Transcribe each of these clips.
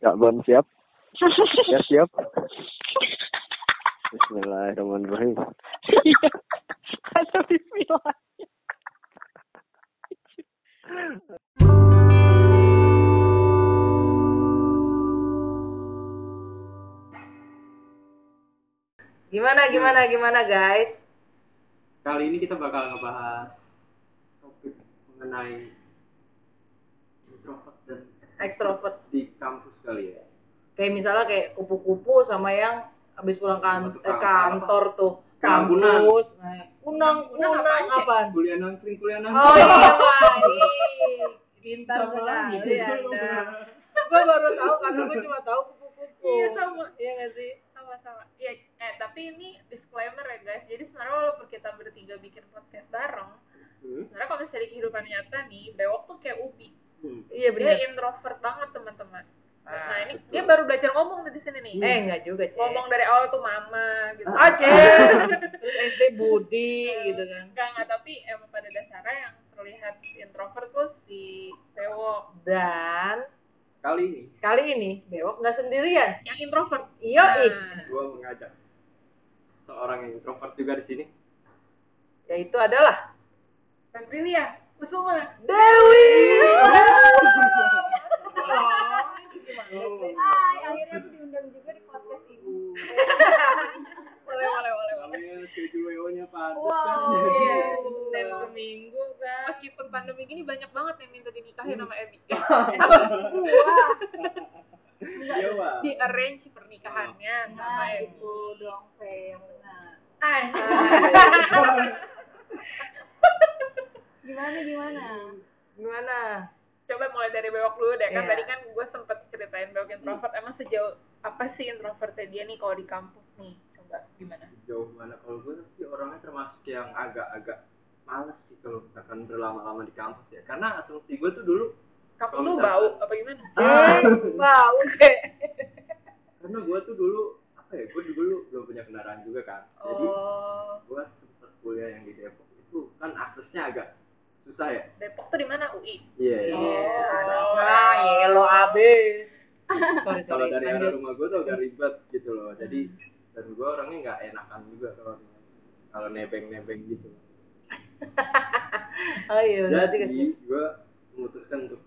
Kak Bon siap? Ya siap. Bismillahirrahmanirrahim. Iya. Ada bismillah. Gimana gimana gimana guys? Kali ini kita bakal ngebahas topik mengenai introvert dan Ekstrovert. di kampus kali ya. Kayak misalnya kayak kupu-kupu sama yang habis pulang kan Atau eh, kantor. kantor tuh Kampunan. kampus. Nah, kunang Kunang kunang apaan, Cek? apa? Kuliah nangkring, kuliah Oh nangkring. iya Pak. Ih, Pintar Sama lagi. sekali Anda. Gue baru tahu karena gue cuma tahu kupu-kupu. Iya, sama. Iya nggak sih? sama-sama ya eh tapi ini disclaimer ya guys jadi sebenarnya walaupun kita bertiga bikin podcast bareng Hmm. sebenarnya kalau misalnya di kehidupan nyata nih bewok tuh kayak ubi Hmm. Iya dia benar. introvert banget teman-teman nah ini betul. dia baru belajar ngomong dari sini nih Eh nggak juga cek. iya. ngomong dari awal tuh mama gitu Iya, Ah, Cek. Terus SD Budi gitu kan. enggak enggak tapi emang pada dasarnya yang terlihat introvert tuh si bewok Dan Kali ini kali ini Bewok nggak sendirian. yang introvert Iya, Nah, gue mengajak seorang yang introvert juga di sini. yaitu adalah dan Prilia Kusuma Dewi. Oh. Hai, akhirnya aku diundang juga di podcast ini. boleh boleh boleh boleh Namanya schedule WO-nya padat Wow. kan. Iya, Senin ke Minggu kan. Meskipun pandemi gini banyak banget yang minta Hmm. dinikahin sama Ebi. Wah, Iya, Wak. Di arrange pernikahannya Oh. sama ya, nah Ebi. Nah, itu dong, Fe, yang benar. Iya. Gimana, gimana? Gimana? Coba mulai dari bewok dulu deh. Iya. Kan Hmm. tadi kan gue sempet ceritain bewok introvert. Emang sejauh apa sih introvertnya dia nih kalau di kampus nih? Coba gimana? Jauh mana kalau gue sih orangnya termasuk yang agak-agak males sih kalau misalkan berlama-lama di kampus ya. Karena asumsi gue tuh dulu Kampus Kalau lu misalkan- bau apa gimana? Ah. Wow, Eh, oke. karena gue tuh dulu apa ya gue dulu belum punya kendaraan juga kan jadi Oh, gue sempet kuliah yang di Depok itu kan aksesnya agak susah ya Depok tuh di mana? UI. Iya. iya Oh. Wah, yelo abis. Sorry, kalau sorry. dari arah Lanjut. rumah gue tuh agak ribet gitu loh jadi dan gue orangnya nggak enakan juga kalau kalau nebeng-nebeng gitu Oh iya, berarti jadi kan sih. gue memutuskan untuk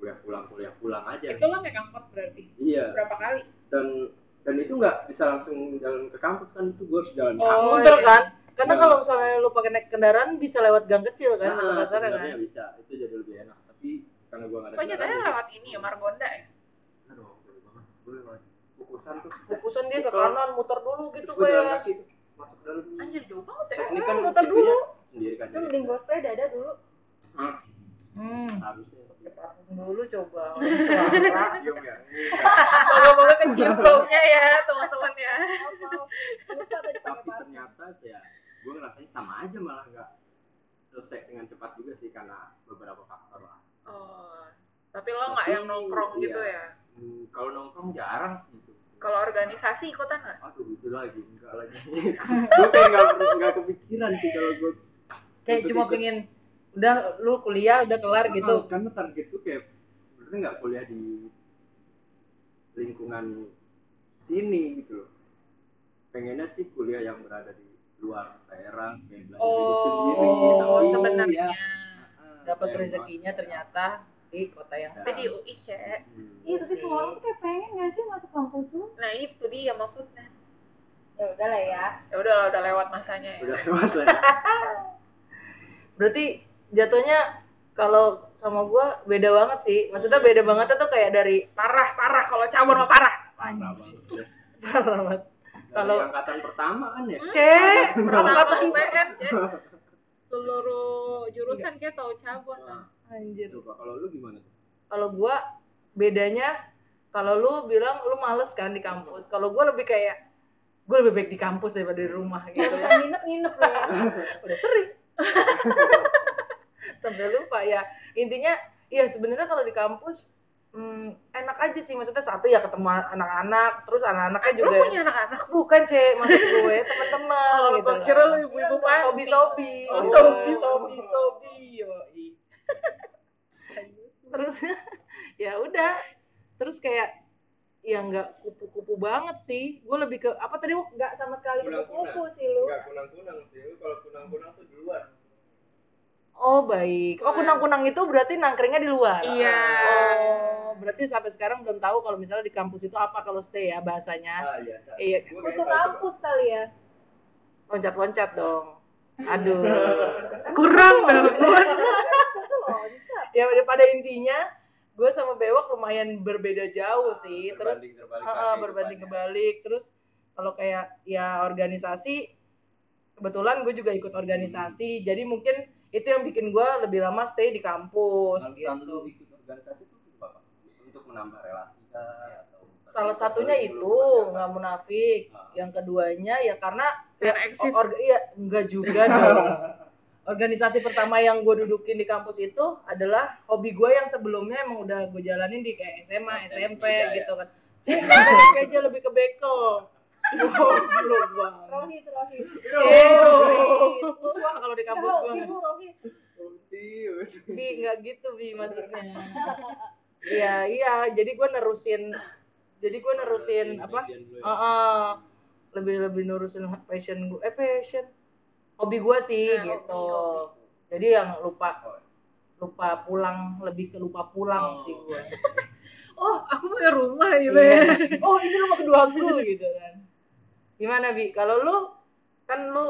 kuliah pulang kuliah pulang aja Itu lo naik angkot berarti. iya Berapa kali? dan dan itu nggak bisa langsung jalan ke kampus kan itu gue harus jalan Oh, kaki. Muter kan? Karena Iya. kalau misalnya lu pakai naik kendaraan bisa lewat gang kecil kan, Nah, pasar pasar kan. sebenarnya bisa itu jadi lebih enak tapi karena gue Oh, nggak ada Kok iya, jatuhnya kendaraan, lewat ini ya, Margonda ya? aduh boleh banget boleh banget kukusan tuh Kukusan dia ke Betul. kanan, muter dulu Terus gitu gua jalan kayak. kaki tuh, masuk ke dalam Anjir, jauh banget ya. teknik eh, kan muter pintunya dulu. sendiri kan Lu jadi "Ah, mending gue sepeda ada dulu. Hah, Hmm. harusnya Dulu coba. Suara. Iya, iya. Moga-moga kecium baunya ya, teman-teman ya. Maaf, maaf. Lupa tadi pakai tapi parfum. ternyata ya gue ngerasanya sama aja malah nggak selesai dengan cepat juga sih karena beberapa faktor lah Oh, tapi lo nggak yang nongkrong Iya. gitu ya? Hmm, kalau nongkrong jarang sih itu Kalau organisasi ikutan nggak? aduh itu lagi enggak lagi gue kayak nggak nggak kepikiran sih kalau gue Kayak cuma pengen udah lu kuliah udah kelar gitu. karena target tuh kan kayak sebenarnya nggak kuliah di lingkungan sini gitu loh pengennya sih kuliah yang berada di luar daerah kayak belajar hidup sendiri Oh, Iya. Oh, tapi sebenarnya. ya, ah, Dapat kayak rezekinya emang- ternyata di kota yang Ya. Tapi di UI, Cek. Hmm. Iya, tapi semua orang tuh kayak pengen gak sih masuk kampus lu? Nah, itu dia maksudnya. Ya udah lah ya. Ya udah lah, udah lewat masanya ya. udah lewat lah ya. berarti jatuhnya kalau sama gua beda banget sih maksudnya beda banget tuh kayak dari Parah, parah. Kalau cabur mah parah. parah banget ya. parah banget Dari Kalau- angkatan pertama kan ya cek Pertama angkatan UPN, Cek. Seluruh jurusan Iya. kayak tahu cabur. Nah, anjir coba kalau lu gimana tuh kalau gua bedanya kalau lu bilang lu males kan di kampus kalau gua lebih kayak gua lebih baik di kampus daripada di rumah Kalau gitu bisa nginep-nginep lu ya. udah sering sampai lupa ya intinya ya sebenarnya kalau di kampus hmm, enak aja sih maksudnya satu ya ketemu anak-anak terus anak-anaknya Lo juga Eh, punya anak-anak? bukan cek maksud gue teman-teman Kalau gitu Iya. gue Oh, kira lah. lo ibu-ibu sobi panti. sobi Oh, sobi sobi. sobi sobi yoi. terus ya udah terus kayak ya nggak kupu-kupu banget sih gue lebih ke apa tadi Wak? nggak sama sekali Pulang-pulang. kupu-kupu sih lu Enggak kunang-kunang sih. Lu Kalau kunang-kunang tuh di luar. oh baik oh kunang-kunang itu berarti nangkringnya di luar Iya. oh berarti sampai sekarang belum tahu kalau misalnya di kampus itu apa kalau stay ya bahasanya Ah iya. dah. Iya. Gua kayak kutu tahu. kampus kali ya loncat-loncat dong Iya. aduh kurang banget kutu loncat ya udah pada intinya gue sama Bewok lumayan berbeda jauh sih terus Ah, Berbanding terbalik. Heeh, kan, berbanding kehidupannya. kebalik terus kalau kayak ya organisasi kebetulan gue juga ikut organisasi jadi mungkin itu yang bikin gue lebih lama stay di kampus Alasan gitu. lu ikut organisasi itu apa? Untuk menambah relasi kah? Atau salah satunya itu nggak munafik Ah. yang keduanya ya karena ya, Karena eksis. or- iya nggak juga dong organisasi pertama yang gue dudukin di kampus itu adalah hobi gue yang sebelumnya emang udah gue jalanin di kayak SMA Tenis SMP meja, ya? gitu kan sih balik aja lebih ke bekel Goblok banget. rohis rohis Eh, Musuh kalau di kampus Rohis, gue. lu rohis Bi, nggak gitu Bi maksudnya. Iya, iya. Jadi gue nerusin, jadi gue nerusin apa? Heeh. lebih lebih nerusin passion gue, eh passion, hobi gue sih Nah, gitu. hobi, Jadi yang lupa lupa pulang lebih ke lupa pulang Oh. sih gue. oh aku punya rumah gitu Iya. ya Oh ini rumah kedua aku gitu kan. Gimana Bi? Kalau lu kan lu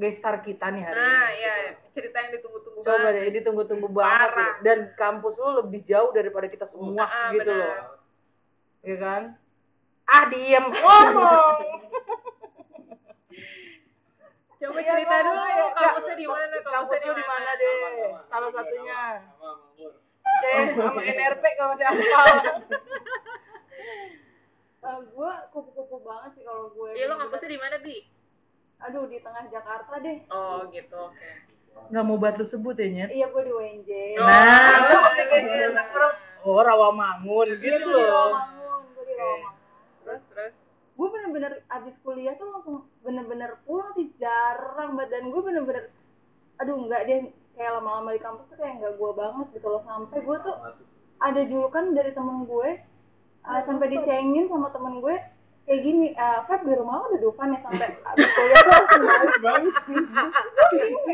gestar kita nih hari nah ini. gitu. ya cerita yang ditunggu-tunggu Coba banget. Ah, deh, ini tunggu-tunggu banget. Parah. gitu. Dan kampus lu lebih jauh daripada kita semua Ah, gitu benar. loh. Iya kan? Ah, diem. Ngomong. coba Iya, cerita Bang. dulu Iya, lu kampusnya di mana kampus lu di mana Iya, deh? Salah satunya. C sama NRP kalau masih hafal. Eh, gue kupu-kupu banget sih kalau gue Iya, lo kampusnya di mana, Bi? aduh di tengah Jakarta deh Oh, gitu. Oke. Nggak mau buat lu sebut ya, Nyet. iya gue di WNJ Nah, lu Oh, kayaknya enak orang. Oh, Rawamangun Iya, gitu gue loh. di Rawamangun gue di Rawamangun Terus, terus. gue bener-bener abis kuliah tuh langsung bener-bener pulang sih jarang badan gue bener-bener aduh enggak deh kayak lama-lama di kampus tuh kayak enggak gue banget gitu loh sampai gue tuh ada julukan dari temen gue uh, sampai dicengin sama temen gue kayak gini eh Feb di rumah lo dudukan ya sampai abis kuliah tuh langsung balik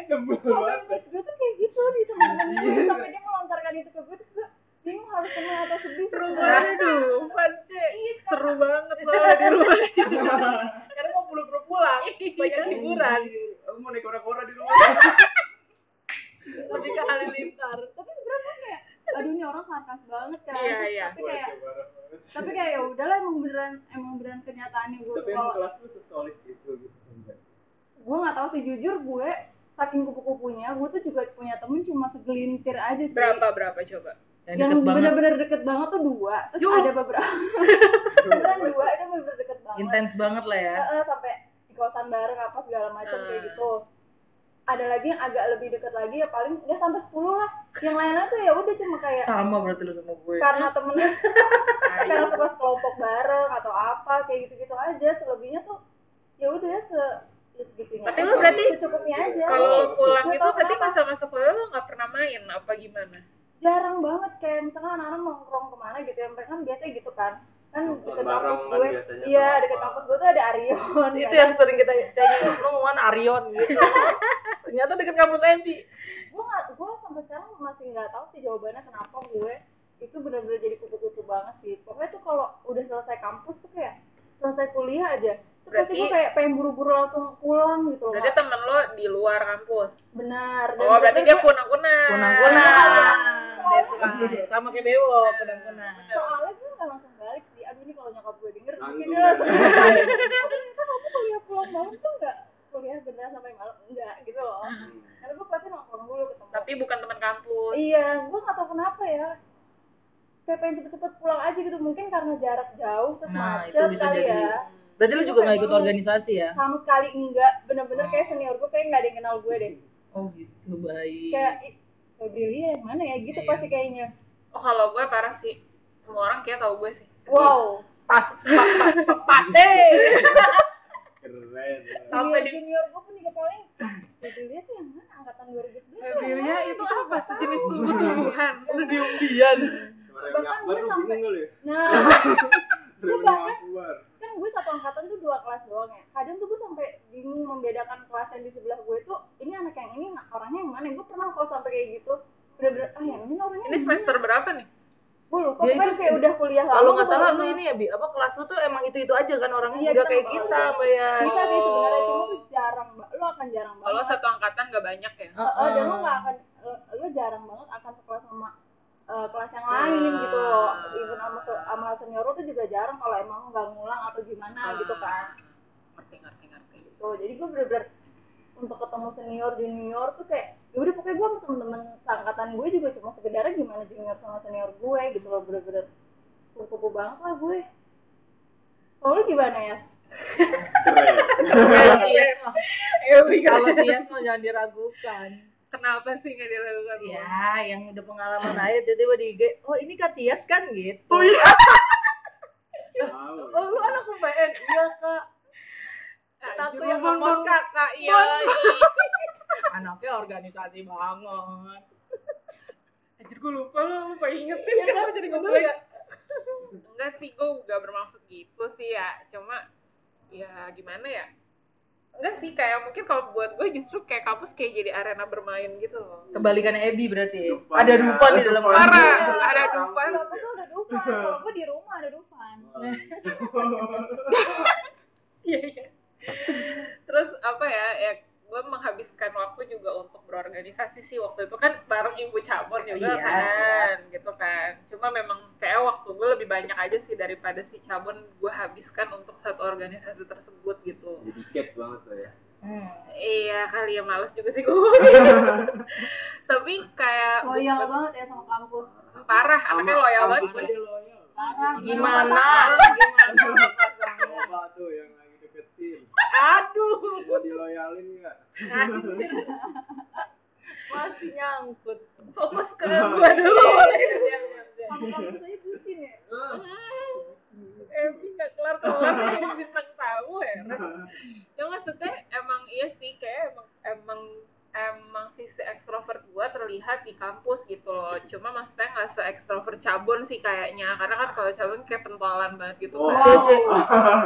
Sampai bitch gue tuh kayak gitu di temen-temen gue sampai dia melontarkan itu ke gue terus gue bingung harus seneng atau sedih Rumahnya dulu, Pance. Seru banget soalnya di rumah. Karena mau buru-buru pulang, Iya. banyak hiburan. Iya. Aku mau naik kora-kora di rumah. Lebih ke halilintar. tapi sebenarnya gue kayak aduh ini orang sarkas banget kan Iya, iya. tapi kayak tapi kayak ya udahlah emang beneran emang beneran kenyataannya gue Tapi tuh emang kalau kelas lu sesolid itu gitu. gue nggak tahu sih jujur gue saking kupu-kupunya gue tuh juga punya temen cuma segelintir aja sih Berapa, berapa coba? Dan yang deket banget, bener-bener deket banget tuh dua terus Yuh. ada beberapa beneran dua itu bener-bener deket banget intens banget lah ya. Heeh, sampai di kosan bareng apa segala macam kayak Hmm. gitu ada lagi yang agak lebih deket lagi ya paling nggak sampai 10 lah yang lain-lain tuh ya udah cuma kayak Sama berarti lu sama gue. karena temennya karena suka kelompok bareng atau apa kayak gitu-gitu aja selebihnya tuh ya udah se segitunya Tapi aja, lu berarti secukupnya Oh, aja Kalau lo pulang Nggak itu tahu berarti kenapa. masa-masa kuliah lo nggak pernah main apa gimana? jarang banget kayak misalnya anak-anak nongkrong kemana gitu ya mereka kan biasanya gitu kan kan Nongkrong deket bareng kampus kan gue biasanya iya tuh deket apa. kampus gue tuh ada Arion itu ya. yang sering kita cengin lu mau mana Arion gitu ternyata deket kampus Endi gue nggak gue sampai sekarang masih nggak tahu sih jawabannya kenapa gue itu benar-benar jadi kupu-kupu banget sih pokoknya tuh kalau udah selesai kampus tuh kayak selesai kuliah aja terus pasti Berarti- gue kayak pengen buru-buru langsung pulang gitu loh Berarti Mak. temen lo di luar kampus. benar dan Oh, berarti dia benar-benar kunang-kunang. Iya. kunang-kunang Soalnya- That's right. sama kayak Bewo kunang-kunang soalnya gue nggak langsung balik sih aduh ini kalau nyokap gue denger mungkin Nanggung. dia langsung aduh ternyata kamu kuliah pulang malam tuh nggak kuliah beneran sampai malam enggak gitu loh karena gue pasti nongkrong dulu ketemu Hmm. Tapi bukan teman kampus. Iya, gue gak tau kenapa ya. Kayak pengen cepet-cepet pulang aja gitu. Mungkin karena jarak jauh, terus Nah, macet itu bisa kali jadi. ya. berarti lu juga nggak ikut organisasi ya Sama sekali enggak. Bener-bener kayak senior gue kayak gak ada yang kenal gue deh. oh gitu baik Kayak, "Ih, Gabrilia yang mana ya? Gitu Iya. pasti kayaknya. Oh, kalau gue parah sih. Semua orang kayak tahu gue sih. Wow. pas pas pas deh Keren. Sampai Sampai di- junior gue pun juga paling, "Ah, Gabrilia tuh yang mana? Angkatan 2019 yang Sebenarnya itu mana?" Gitu, apa nggak sih tahu. jenis tumbuh-tumbuhan? lu diumbian Keren Bahkan yang baru gue sampai- bingung kali ya. Nah, Keren Kan ya. nah, gitu, "Ah, pokoknya Ya, itu kayak sih. udah kuliah lama Kalau nggak baru salah kenal. lu ini ya, Bi. Apa kelas lu tuh emang itu-itu aja kan orangnya Iya, nggak kita kayak nggak kita, tahu. Mbak ya. bisa sih sebenarnya cuma tuh jarang mbak lo akan jarang banget Kalau satu angkatan nggak banyak ya. Heeh. Heeh, dan lo Oh, nggak akan lo, lo jarang banget akan sekelas sama eh, kelas yang lain gitu loh Nah. even sama sama senior lo tuh juga jarang kalau emang lo nggak ngulang atau gimana Ah, Nah. gitu kan Ngerti, ngerti, ngerti. gitu jadi gue bener-bener untuk ketemu senior junior tuh kayak ya udah pokoknya gue sama temen-temen seangkatan gue juga cuma sekedarnya gimana junior sama senior gue gitu loh bener-bener kupu-kupu banget lah gue kalau lu gimana ya Keren. Iya. Kalau Tias mah- Ya, Bika. Kalau Tias mah jangan diragukan. Kenapa sih nggak dilakukan? Ya, yang udah pengalaman aja tiba-tiba di IG, oh ini Kak Tias kan gitu. Oh, iya. Tahu. Oh, lu anak UPN? Iya, Kak. Aku Takut yang yang Nah, ngomong ngomong. iya, kakak ya. Anaknya organisasi banget. Anjir gue lupa lo, lupa ingetin Iya, kenapa kan? jadi Bener ngeblank. nggak? Ya, Enggak sih, gue nggak bermaksud gitu sih ya. Cuma ya gimana ya? Enggak sih, kayak mungkin kalau buat gue justru kayak kampus kayak jadi arena bermain gitu loh. Kebalikannya Ebi berarti. Dufan, Ada ya. Dufan di dalam Dufan. Parah, Iya. Iya. Ah, ada Dufan. Kalau aku tuh ada Dufan, kalau gue di rumah ada Dufan. Iya, iya. Terus apa ya? Ya gue menghabiskan waktu juga untuk berorganisasi sih waktu itu kan bareng ibu cabur Iya, juga kan gitu kan cuma memang kayak waktu gue lebih banyak aja sih daripada si cabun gue habiskan untuk satu organisasi tersebut gitu Jadi cap banget tuh ya. Hmm. Iya kali ya males juga sih gue. Tapi kayak Loyal banget ya sama kampus. parah, anaknya loyal banget. Sama- sama dia loyal. Parah. Gimana? Gimana pasangan? Coba tuh yang lagi deketin. Aduh, Mau diloyalin nggak? anjir. Masih nyangkut. Fokus ke gue dulu. Sama kampus aja bucin ya. Evi nggak kelar kelar yang bintang tamu heran. Ya maksudnya emang iya sih kayak emang emang emang sisi ekstrovert gue terlihat di kampus gitu loh. Cuma maksudnya nggak se ekstrovert cabun sih kayaknya. Karena kan kalau cabun kayak pentolan banget gitu. kan. Wow.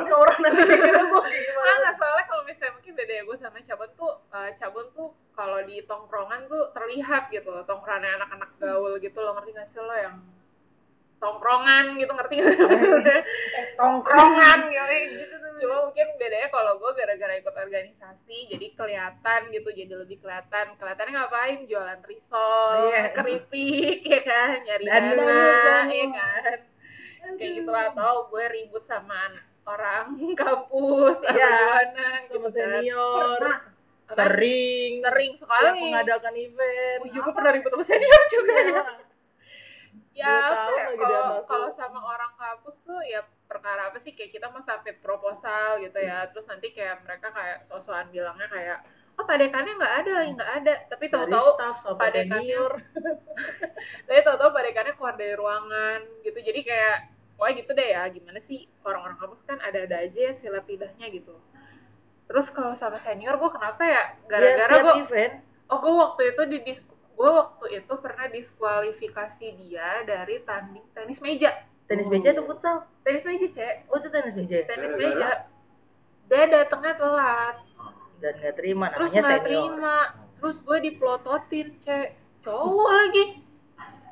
Ini orang nanti kira gue gimana. Enggak, Ah, soalnya kalau misalnya mungkin beda ya gue sama Cabon tuh eh, Cabon tuh kalau di tongkrongan tuh terlihat gitu loh tongkrongan anak-anak Hmm. gaul gitu loh ngerti gak sih lo yang tongkrongan gitu ngerti gak sih Iya. maksudnya? Tongkrongan. cuma mungkin bedanya kalau gue gara-gara ikut organisasi jadi kelihatan gitu jadi lebih kelihatan kelihatannya ngapain jualan risol Iya. keripik ya kan nyari Danau, dana danau. ya kan kayak gitu lah atau gue ribut sama orang kampus atau Iya. gimana gitu Sama kan. senior. Pernah. Nah, Sering. Oh, iya, sering Yang sekali mengadakan event. Gue Ya, juga pernah ribut sama senior juga ya ya Dua apa tahun Iya, ya, lagi di kalau atas lu. kalau sama orang kampus tuh ya perkara apa sih kayak kita mau submit proposal gitu Hmm. ya terus nanti kayak mereka kayak sosokan bilangnya kayak oh padekannya nggak ada nggak ada tapi Dari tahu-tahu staff sampai padekannya senior. Iya, tapi tahu-tahu padekannya keluar dari ruangan gitu jadi kayak wah gitu deh ya gimana sih orang-orang kampus kan ada-ada aja ya sila pindahnya gitu terus kalau sama senior gue kenapa ya gara-gara Iya, gue setiap event. Oh, gue waktu itu di dis gue waktu itu pernah diskualifikasi dia dari tanding tenis meja. Tenis meja atau futsal? Tenis meja, Cek. Oh itu tenis meja ya? Tenis Gara-gara? meja. Dia datangnya telat, Dan nggak terima terus namanya nggak senior. terima. Terus gue diplototin, Cek. Cowok lagi.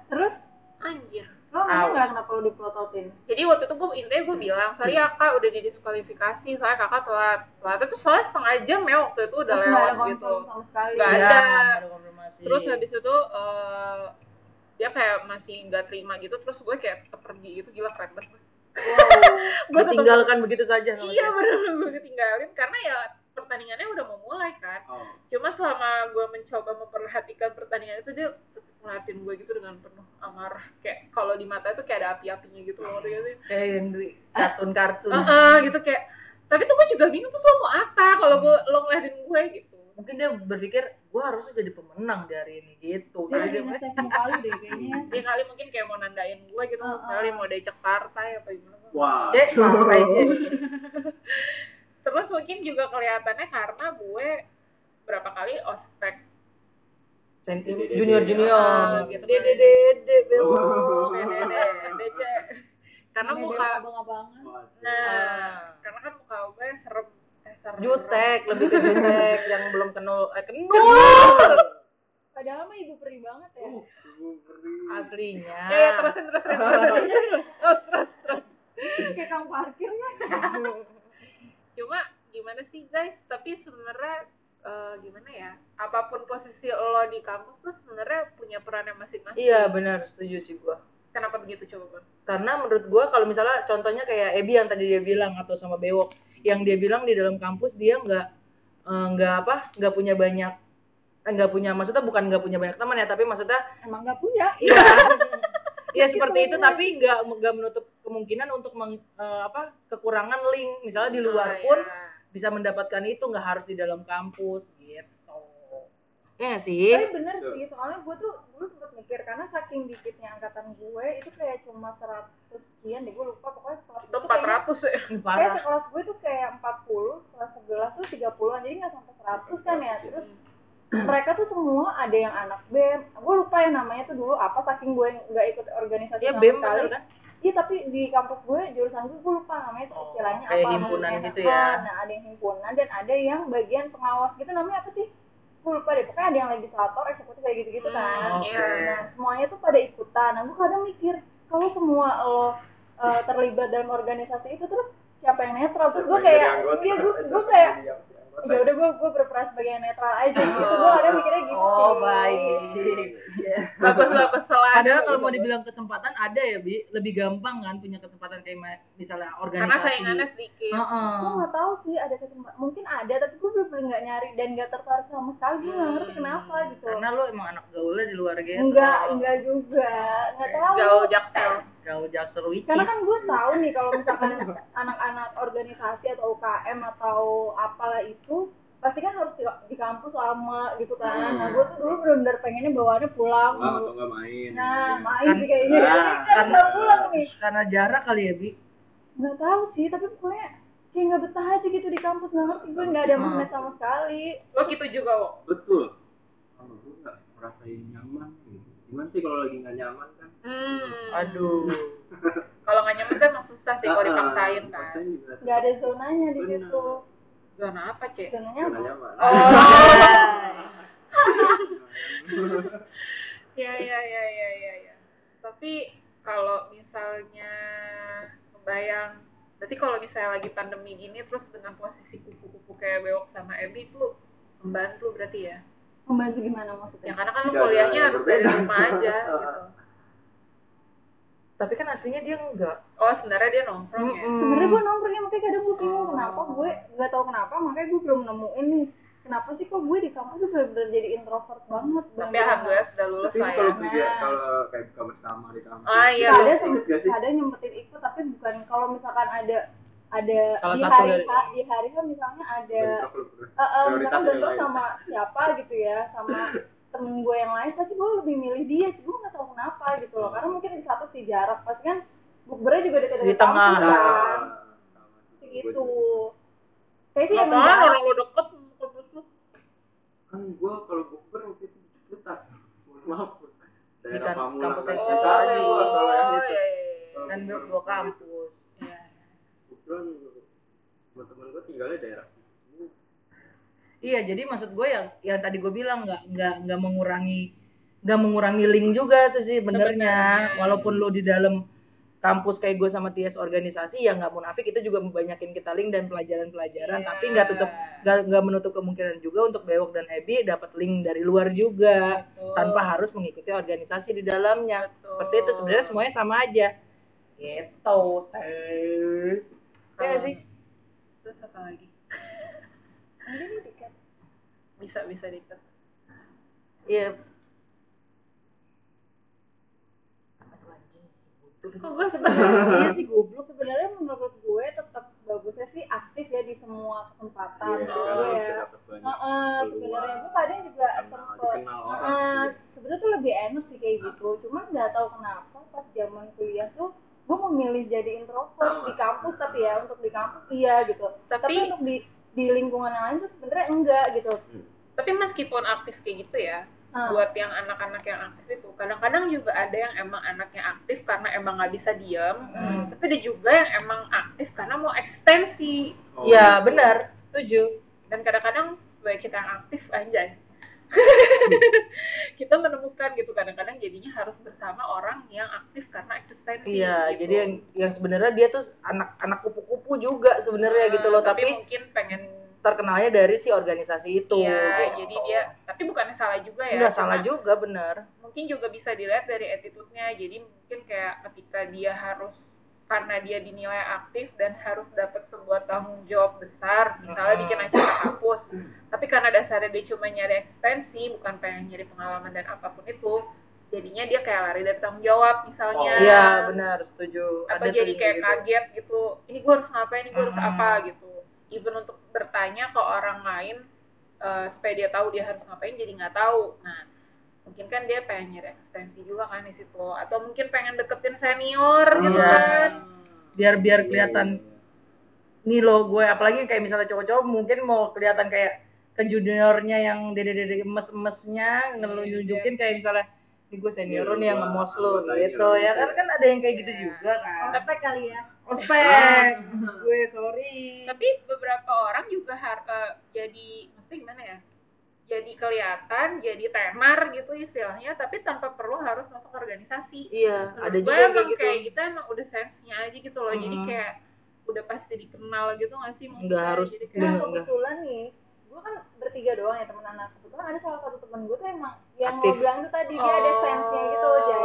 Terus Anjir. lo nanya nggak kenapa lo diplototin? Jadi waktu itu gue intinya gue bilang, sorry ya kak udah didiskualifikasi, soalnya kakak telat. Telat itu soalnya setengah jam ya waktu itu udah Terus nggak lewat ada gitu. konfirm sama sekali. Nggak Iya, ada. nggak ada konfirmasi. terus habis itu eh, dia kayak masih nggak terima gitu terus gue kayak tetap pergi gitu gila keren banget Gua tetep- ditinggalkan begitu saja. sama iya dia. bener gue ditinggalin karena ya pertandingannya udah mau mulai kan Oh, cuma selama gue mencoba memperhatikan pertandingan itu dia tetap ngeliatin gue gitu dengan penuh amarah kayak kalau di mata itu kayak ada api-apinya gitu Ah. loh ngerti gak sih? Kayak yang di kartun-kartun. Heeh, gitu kayak tapi tuh gue juga bingung terus lo mau apa kalau gue lo ngeliatin gue gitu Mungkin dia berpikir, gue harusnya jadi pemenang dari ini Iya, gitu. Jadi Dia lagi dia nge-save muka lo deh kayaknya. dia kali mungkin kayak mau nandain gue gitu Heeh. kali mau diajak partai apa gimana wah. Cek, santai, Cek. terus mungkin juga kelihatannya karena gue berapa kali ospek Senti- Iya. Dede-dede. eh, Junior-junior. gitu kan. Dede-dede, Oh. Dede-dede, dede. karena Ada muka abang-abangan. nah karena kan muka gue serem eh, serem Jutek, lebih ke jutek. yang belum kenal, eh, kenal. Pada Padahal mah ibu peri banget ya. Uh, ibu beri. aslinya Ya, ya, terusin, terusin, terusin, terusin, terus, terus, terus. Kayak kang parkirnya. Cuma gimana sih guys? Tapi sebenarnya eh, gimana ya? Apapun posisi lo di kampus tuh sebenarnya punya perannya masing-masing. iya benar setuju sih gua Kenapa begitu coba bang? karena menurut gua kalau misalnya contohnya kayak Ebi yang tadi dia bilang atau sama Bewok yang dia bilang di dalam kampus dia nggak eh, nggak apa nggak punya banyak eh, nggak punya maksudnya bukan nggak punya banyak teman ya tapi maksudnya Emang nggak punya. Iya. ya Gitu. seperti itu tapi nggak nggak menutup kemungkinan untuk meng, eh, apa kekurangan link misalnya di luar Oh, pun iya. bisa mendapatkan itu nggak harus di dalam kampus gitu ya Tapi sih bener sih, soalnya gue tuh dulu sempet mikir karena saking dikitnya angkatan gue itu kayak cuma 100 sekian deh, gue lupa pokoknya sekelas Itu gue tuh kayaknya- 400 ya. Ini Kayak parah sekelas gue tuh kayak 40, sekelas 11 tuh 30-an, jadi nggak sampai 100 kan ya. Terus mereka tuh semua ada yang anak BEM, gue lupa ya namanya tuh dulu apa saking gue nggak ikut organisasi ya sama bem sekali. bener kan Iya tapi di kampus gue jurusan gue gue lupa namanya tuh Oh, istilahnya kayak apa himpunan namanya. gitu ya. Ah, Nah ada yang himpunan dan ada yang bagian pengawas gitu namanya apa sih? Gue lupa deh. Pokoknya ada yang legislator, eksekutif kayak gitu-gitu kan. Hmm, iya. Nah semuanya tuh pada ikutan. Nah gue kadang mikir kalau semua lo eh, terlibat dalam organisasi itu terus siapa yang netral? Terus gue kayak, iya gue gue kayak ya udah gue gue berperan sebagai yang netral aja gitu. Gue kadang mikirnya gitu. oh sih. baik Bagus, bagus. Selalu. Padahal kalau Iya. mau dibilang kesempatan ada ya bi lebih gampang kan punya kesempatan kayak ma- misalnya organisasi Karena saingannya sedikit. Heeh. gue nggak tahu sih ada kesempatan mungkin ada tapi gue bener-bener nggak nyari dan nggak tertarik sama sekali gue nggak ngerti kenapa gitu karena lu emang anak gaulnya di luar gitu enggak enggak juga nggak tahu Gaul jaksel. gaul jaksel wikis karena kan gue tahu nih kalau misalkan anak-anak organisasi atau UKM atau apalah itu pasti kan harus di, di kampus lama gitu kan Hmm. nah gue tuh dulu bener-bener pengennya bawaannya pulang Pulang atau nggak main? nah Iya. main sih kayaknya Nah, kan nggak pulang nih karena jarak kali ya bi nggak tahu sih tapi pokoknya kayak nggak betah aja gitu di kampus nggak ngerti gue nggak ada Hmm. magnet sama sekali Lo gitu juga, Wok. Betul. Kalau gue nggak merasain nyaman. gitu. Gimana sih kalau lagi nggak nyaman kan? Hmm. aduh Kalau nggak nyaman kan emang susah sih kalau Ah, ah, dipaksain kan. dipaksain juga. nggak ada zonanya di Bener. situ Zona apa, Cek? zonanya Nggak apa? nyaman. Ya, ya, ya, ya, ya, ya. Tapi kalau misalnya kebayang, berarti kalau misalnya lagi pandemi gini terus dengan posisi kupu-kupu kayak Bewok sama Ebi itu membantu berarti ya. membantu Ya gimana maksudnya karena kan lo Tidak ada kuliahnya yang harus dari berbeda. rumah aja gitu. tapi kan aslinya dia enggak Oh, sebenarnya dia nongkrong ya. sebenarnya gue nongkrongnya makanya kadang gue bingung Oh. kenapa gue nggak tahu kenapa makanya gue belum nemuin nih kenapa sih kok gue di kampus tuh bener-bener jadi introvert banget Tapi bener-bener. alhamdulillah sudah lulus Tapi lah ya. kalau kerja, kalau kayak buka bersama di kampus. Ah, iya. Nggak ada Lu inget nggak sih? ada nyempetin ikut tapi bukan kalau misalkan ada ada Salah di satu hari dari- H di hari H misalnya ada Bentrok lu pernah. eh, eh, misalkan prioritas bentrok yang lain. sama siapa gitu ya sama temen gue yang lain pasti gue lebih milih dia gue nggak tahu kenapa gitu loh karena mungkin yang satu si jarak pasti kan bukbernya juga Di deket-deket tengah. kampus kan. Iya, sama. gitu kayak sih Nggak emang tahu, jarang. orang lo deket, kampus lo. Kan gue kalau bukber waktu itu letak. Mohon maaf. Daerah kan- Pamulang. kampus yang kan. kita Sekali ada. gua kalau yang Oh, itu. iya, Kalau kan dia bukber dua waktu itu, kampus iya. kebetulan teman-teman gue tinggalnya daerah situ semua. iya jadi maksud gue yang yang tadi gue bilang nggak nggak nggak mengurangi nggak mengurangi link juga sih sih benernya Sebenarnya. walaupun lo di dalam kampus kayak gue sama Tias organisasi ya nggak munafik itu juga membanyakin kita link dan pelajaran-pelajaran Iya. tapi nggak tutup nggak nggak menutup kemungkinan juga untuk Bewok dan Ebi dapat link dari luar juga Betul. tanpa harus mengikuti organisasi di dalamnya Betul. seperti itu sebenarnya semuanya sama aja gitu Iya, sih ya nggak sih Iya Terus apa lagi? Mungkin ini tiket. Bisa bisa diket. iya Kok gue sebenarnya iya sih goblok sebenarnya menurut gue tetap bagusnya sih aktif ya di semua kesempatan Iya, gitu kan gue bisa ya dapet banyak Heeh, sebenarnya gue kadang juga kenal, sempet dikenal orang. Heeh, Ah, sebenarnya tuh lebih enak sih kayak gitu cuman nggak tahu kenapa pas zaman kuliah tuh gue memilih jadi introvert di kampus tapi ya untuk di kampus iya gitu tapi, Tapi- untuk di di lingkungan yang lain tuh sebenarnya enggak gitu Tapi meskipun aktif kayak gitu ya, Nah, buat yang anak-anak yang aktif itu, kadang-kadang juga ada yang emang anaknya aktif karena emang nggak bisa diem. Hmm. Tapi ada juga yang emang aktif karena mau ekstensi. Oh, ya benar setuju Dan kadang-kadang sebagai kita yang aktif aja. kita menemukan gitu kadang-kadang jadinya harus bersama orang yang aktif karena eksistensi Iya, gitu. jadi yang yang sebenarnya dia tuh anak anak kupu-kupu juga Ah, sebenarnya gitu loh, tapi, mungkin pengen terkenalnya dari si organisasi itu. Iya, gitu. jadi dia tapi bukannya salah juga ya nggak cuma salah juga bener. mungkin juga bisa dilihat dari attitude-nya jadi mungkin kayak ketika dia harus karena dia dinilai aktif dan harus dapat sebuah tanggung jawab besar misalnya bikin acara kampus tapi karena dasarnya dia cuma nyari eksistensi bukan pengen nyari pengalaman dan apapun itu jadinya dia kayak lari dari tanggung jawab misalnya Oh. Iya benar setuju. apa Ada tuh jadi yang kayak gitu. Ah. kaget gitu ini gue harus ngapain ini gue harus Mm-mm. apa gitu even untuk bertanya ke orang lain eh, supaya dia tahu dia harus ngapain jadi nggak tahu nah mungkin kan dia pengen nyari eksistensi juga kan di situ atau mungkin pengen deketin senior gitu Iya. kan Biar Iya, biar kelihatan nih loh gue apalagi kayak misalnya cowok-cowok mungkin mau kelihatan kayak ke juniornya yang dede-dede Iya, emes-emesnya ngelunjukin kayak misalnya ini gue senior lu nih yang ngemos lu Anggotanya gitu lu. ya kan kan ada yang kayak gitu Iya. Ah. juga kan Kontak kali ya. ospek gue sorry tapi beberapa orang juga har- eh, jadi maksudnya gimana ya jadi kelihatan jadi tenar gitu istilahnya tapi tanpa perlu harus masuk organisasi iya ada Menurut juga gue yang emang kayak gitu kayak kita emang udah sense-nya aja gitu loh jadi Mm-mm. kayak udah pasti dikenal gitu nggak sih maksudnya Nggak harus jadi kayak Nah, Enggak, enggak. kebetulan nih, gue kan bertiga doang ya temen anak. Kebetulan ada salah satu temen gue tuh emang yang Aktif. lo bilang tuh tadi dia ada Oh. sense-nya gitu. Jadi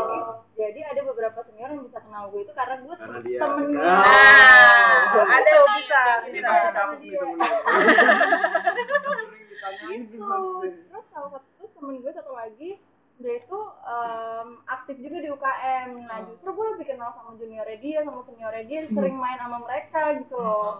jadi ada beberapa senior yang bisa kenal gue itu karena gue Karena dia- temennya. Ah, ada Bisa, bisa, bisa. bisa. Iya, Takut sama nih dia. temen-temen. Gitu. Terus salah satu terus temen gue satu lagi dia itu em, aktif juga di UKM. Hmm. Nah justru gue lebih kenal sama juniornya dia, sama seniornya dia, sering main sama mereka gitu Iya. loh.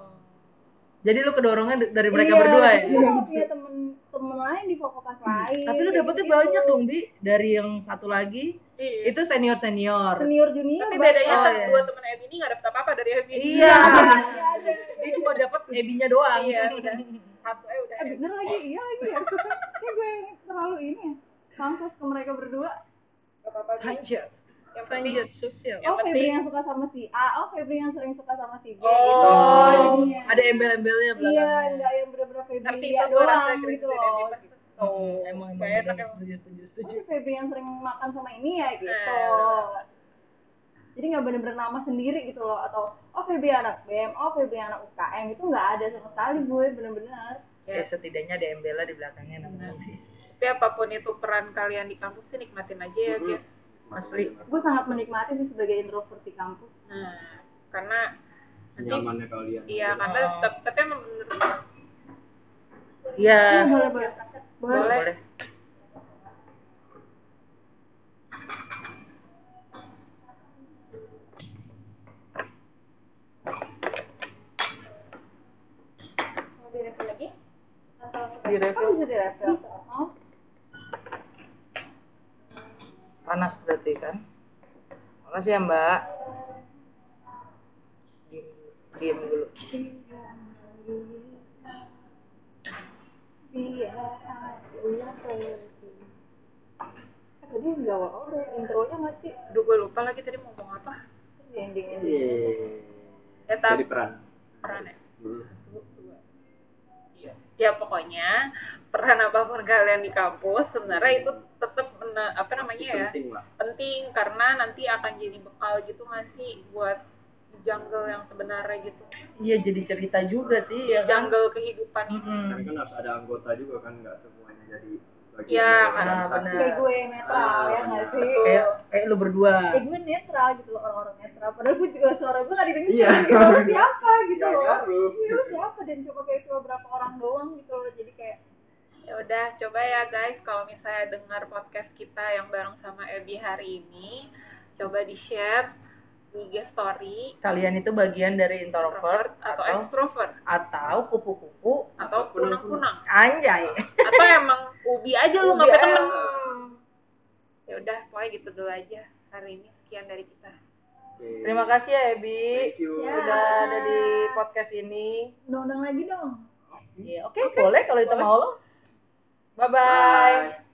Jadi lu kedorongnya d- Hmm. dari mereka Iya, berdua ya? Hmm. jadi gue kalau punya temen temen lain di fakultas lain. Tapi lu kayak dapetnya gitu. banyak dong, Bi. Dari yang satu lagi, Iya. itu senior-senior. Senior junior. tapi banyak. bedanya Oh, kan iya. dua temen Ebi ini nggak dapet apa-apa dari Ebi Iya. Iya, ada. Dia cuma dapat ebinya doang. iya udah satu eh udah Eh bener lagi, iya lagi ya. Kayak gue yang terlalu ini ya. Pansos ke mereka berdua. Lanjut. yang penting Lanjut, sosial. Yang oh Febri penting- yang suka sama si A, oh Febri yang sering suka sama si B. Oh, gitu. jadinya. iya. Ada embel-embelnya Iya, gitu. belakangnya. enggak yang bener-bener Febri ngerti ya itu gue rasa doang gitu gitu loh. Oh, emang Gak emang enak bener. emang. setuju setuju Oh, setuju. si Febri yang sering makan sama ini ya gitu. Nah. Jadi nggak bener-bener nama sendiri gitu loh atau oh Febri anak BM, oh Febri anak UKM itu nggak ada sama sekali gue bener-bener. Ya Iya. setidaknya ada embelnya di belakangnya namanya sih. tapi apapun itu peran kalian di kampus sih nikmatin aja ya guys Asli. Gue sangat menikmati sih sebagai introvert di kampus. nah karena nanti Senyamannya kalian. iya karena tetap tapi emang bener Iya. Iya boleh boleh boleh. Nah. Boleh. di Kan review bisa direfil. Oh, panas berarti kan makasih ya mbak diem, diem dulu Biar aku yang penting. Eh, Tadi nggak udah intronya nggak sih? aduh gue lupa lagi tadi mau ngomong apa Di ending ending. Yeay. Ya, Iya. Jadi tapi- peran. perannya Dulu. ya? Iya. ya pokoknya peran apapun kalian di kampus sebenarnya itu tetap mene- apa namanya ya Penting lah. penting karena nanti akan jadi bekal gitu masih buat jungle yang sebenarnya gitu Iya jadi cerita juga sih ya kan. jungle kehidupan gitu. Karena Mm-mm. kan harus ada anggota juga kan, nggak semuanya jadi bagian Iya, dari karena organisasi. benar. Kayak gue netral ya nggak sih? Iya. Kayak kayak lu berdua. Kayak gue netral gitu loh, orang-orang netral. Padahal gue juga suara gue nggak didengar. Iya. Gitu, lu siapa gitu Nggak loh? ngaruh. Iya, Lu siapa dan coba kayak cuma berapa orang doang gitu loh. Jadi kayak ya udah coba ya guys kalau misalnya dengar podcast kita yang bareng sama Ebi hari ini coba di share di IG story Kalian itu bagian dari introvert introvert atau extrovert atau kupu-kupu atau kunang-kunang anjay. atau emang ubi aja lu nggak ketemu ya udah pokoknya gitu dulu aja hari ini sekian dari kita Oke. Terima kasih ya Ebi Thank you. Iya. Ya. sudah ada di podcast ini. Ya, undang-undang lagi dong. Iya, oke boleh kalau itu mau lo. Bye bye. Bye.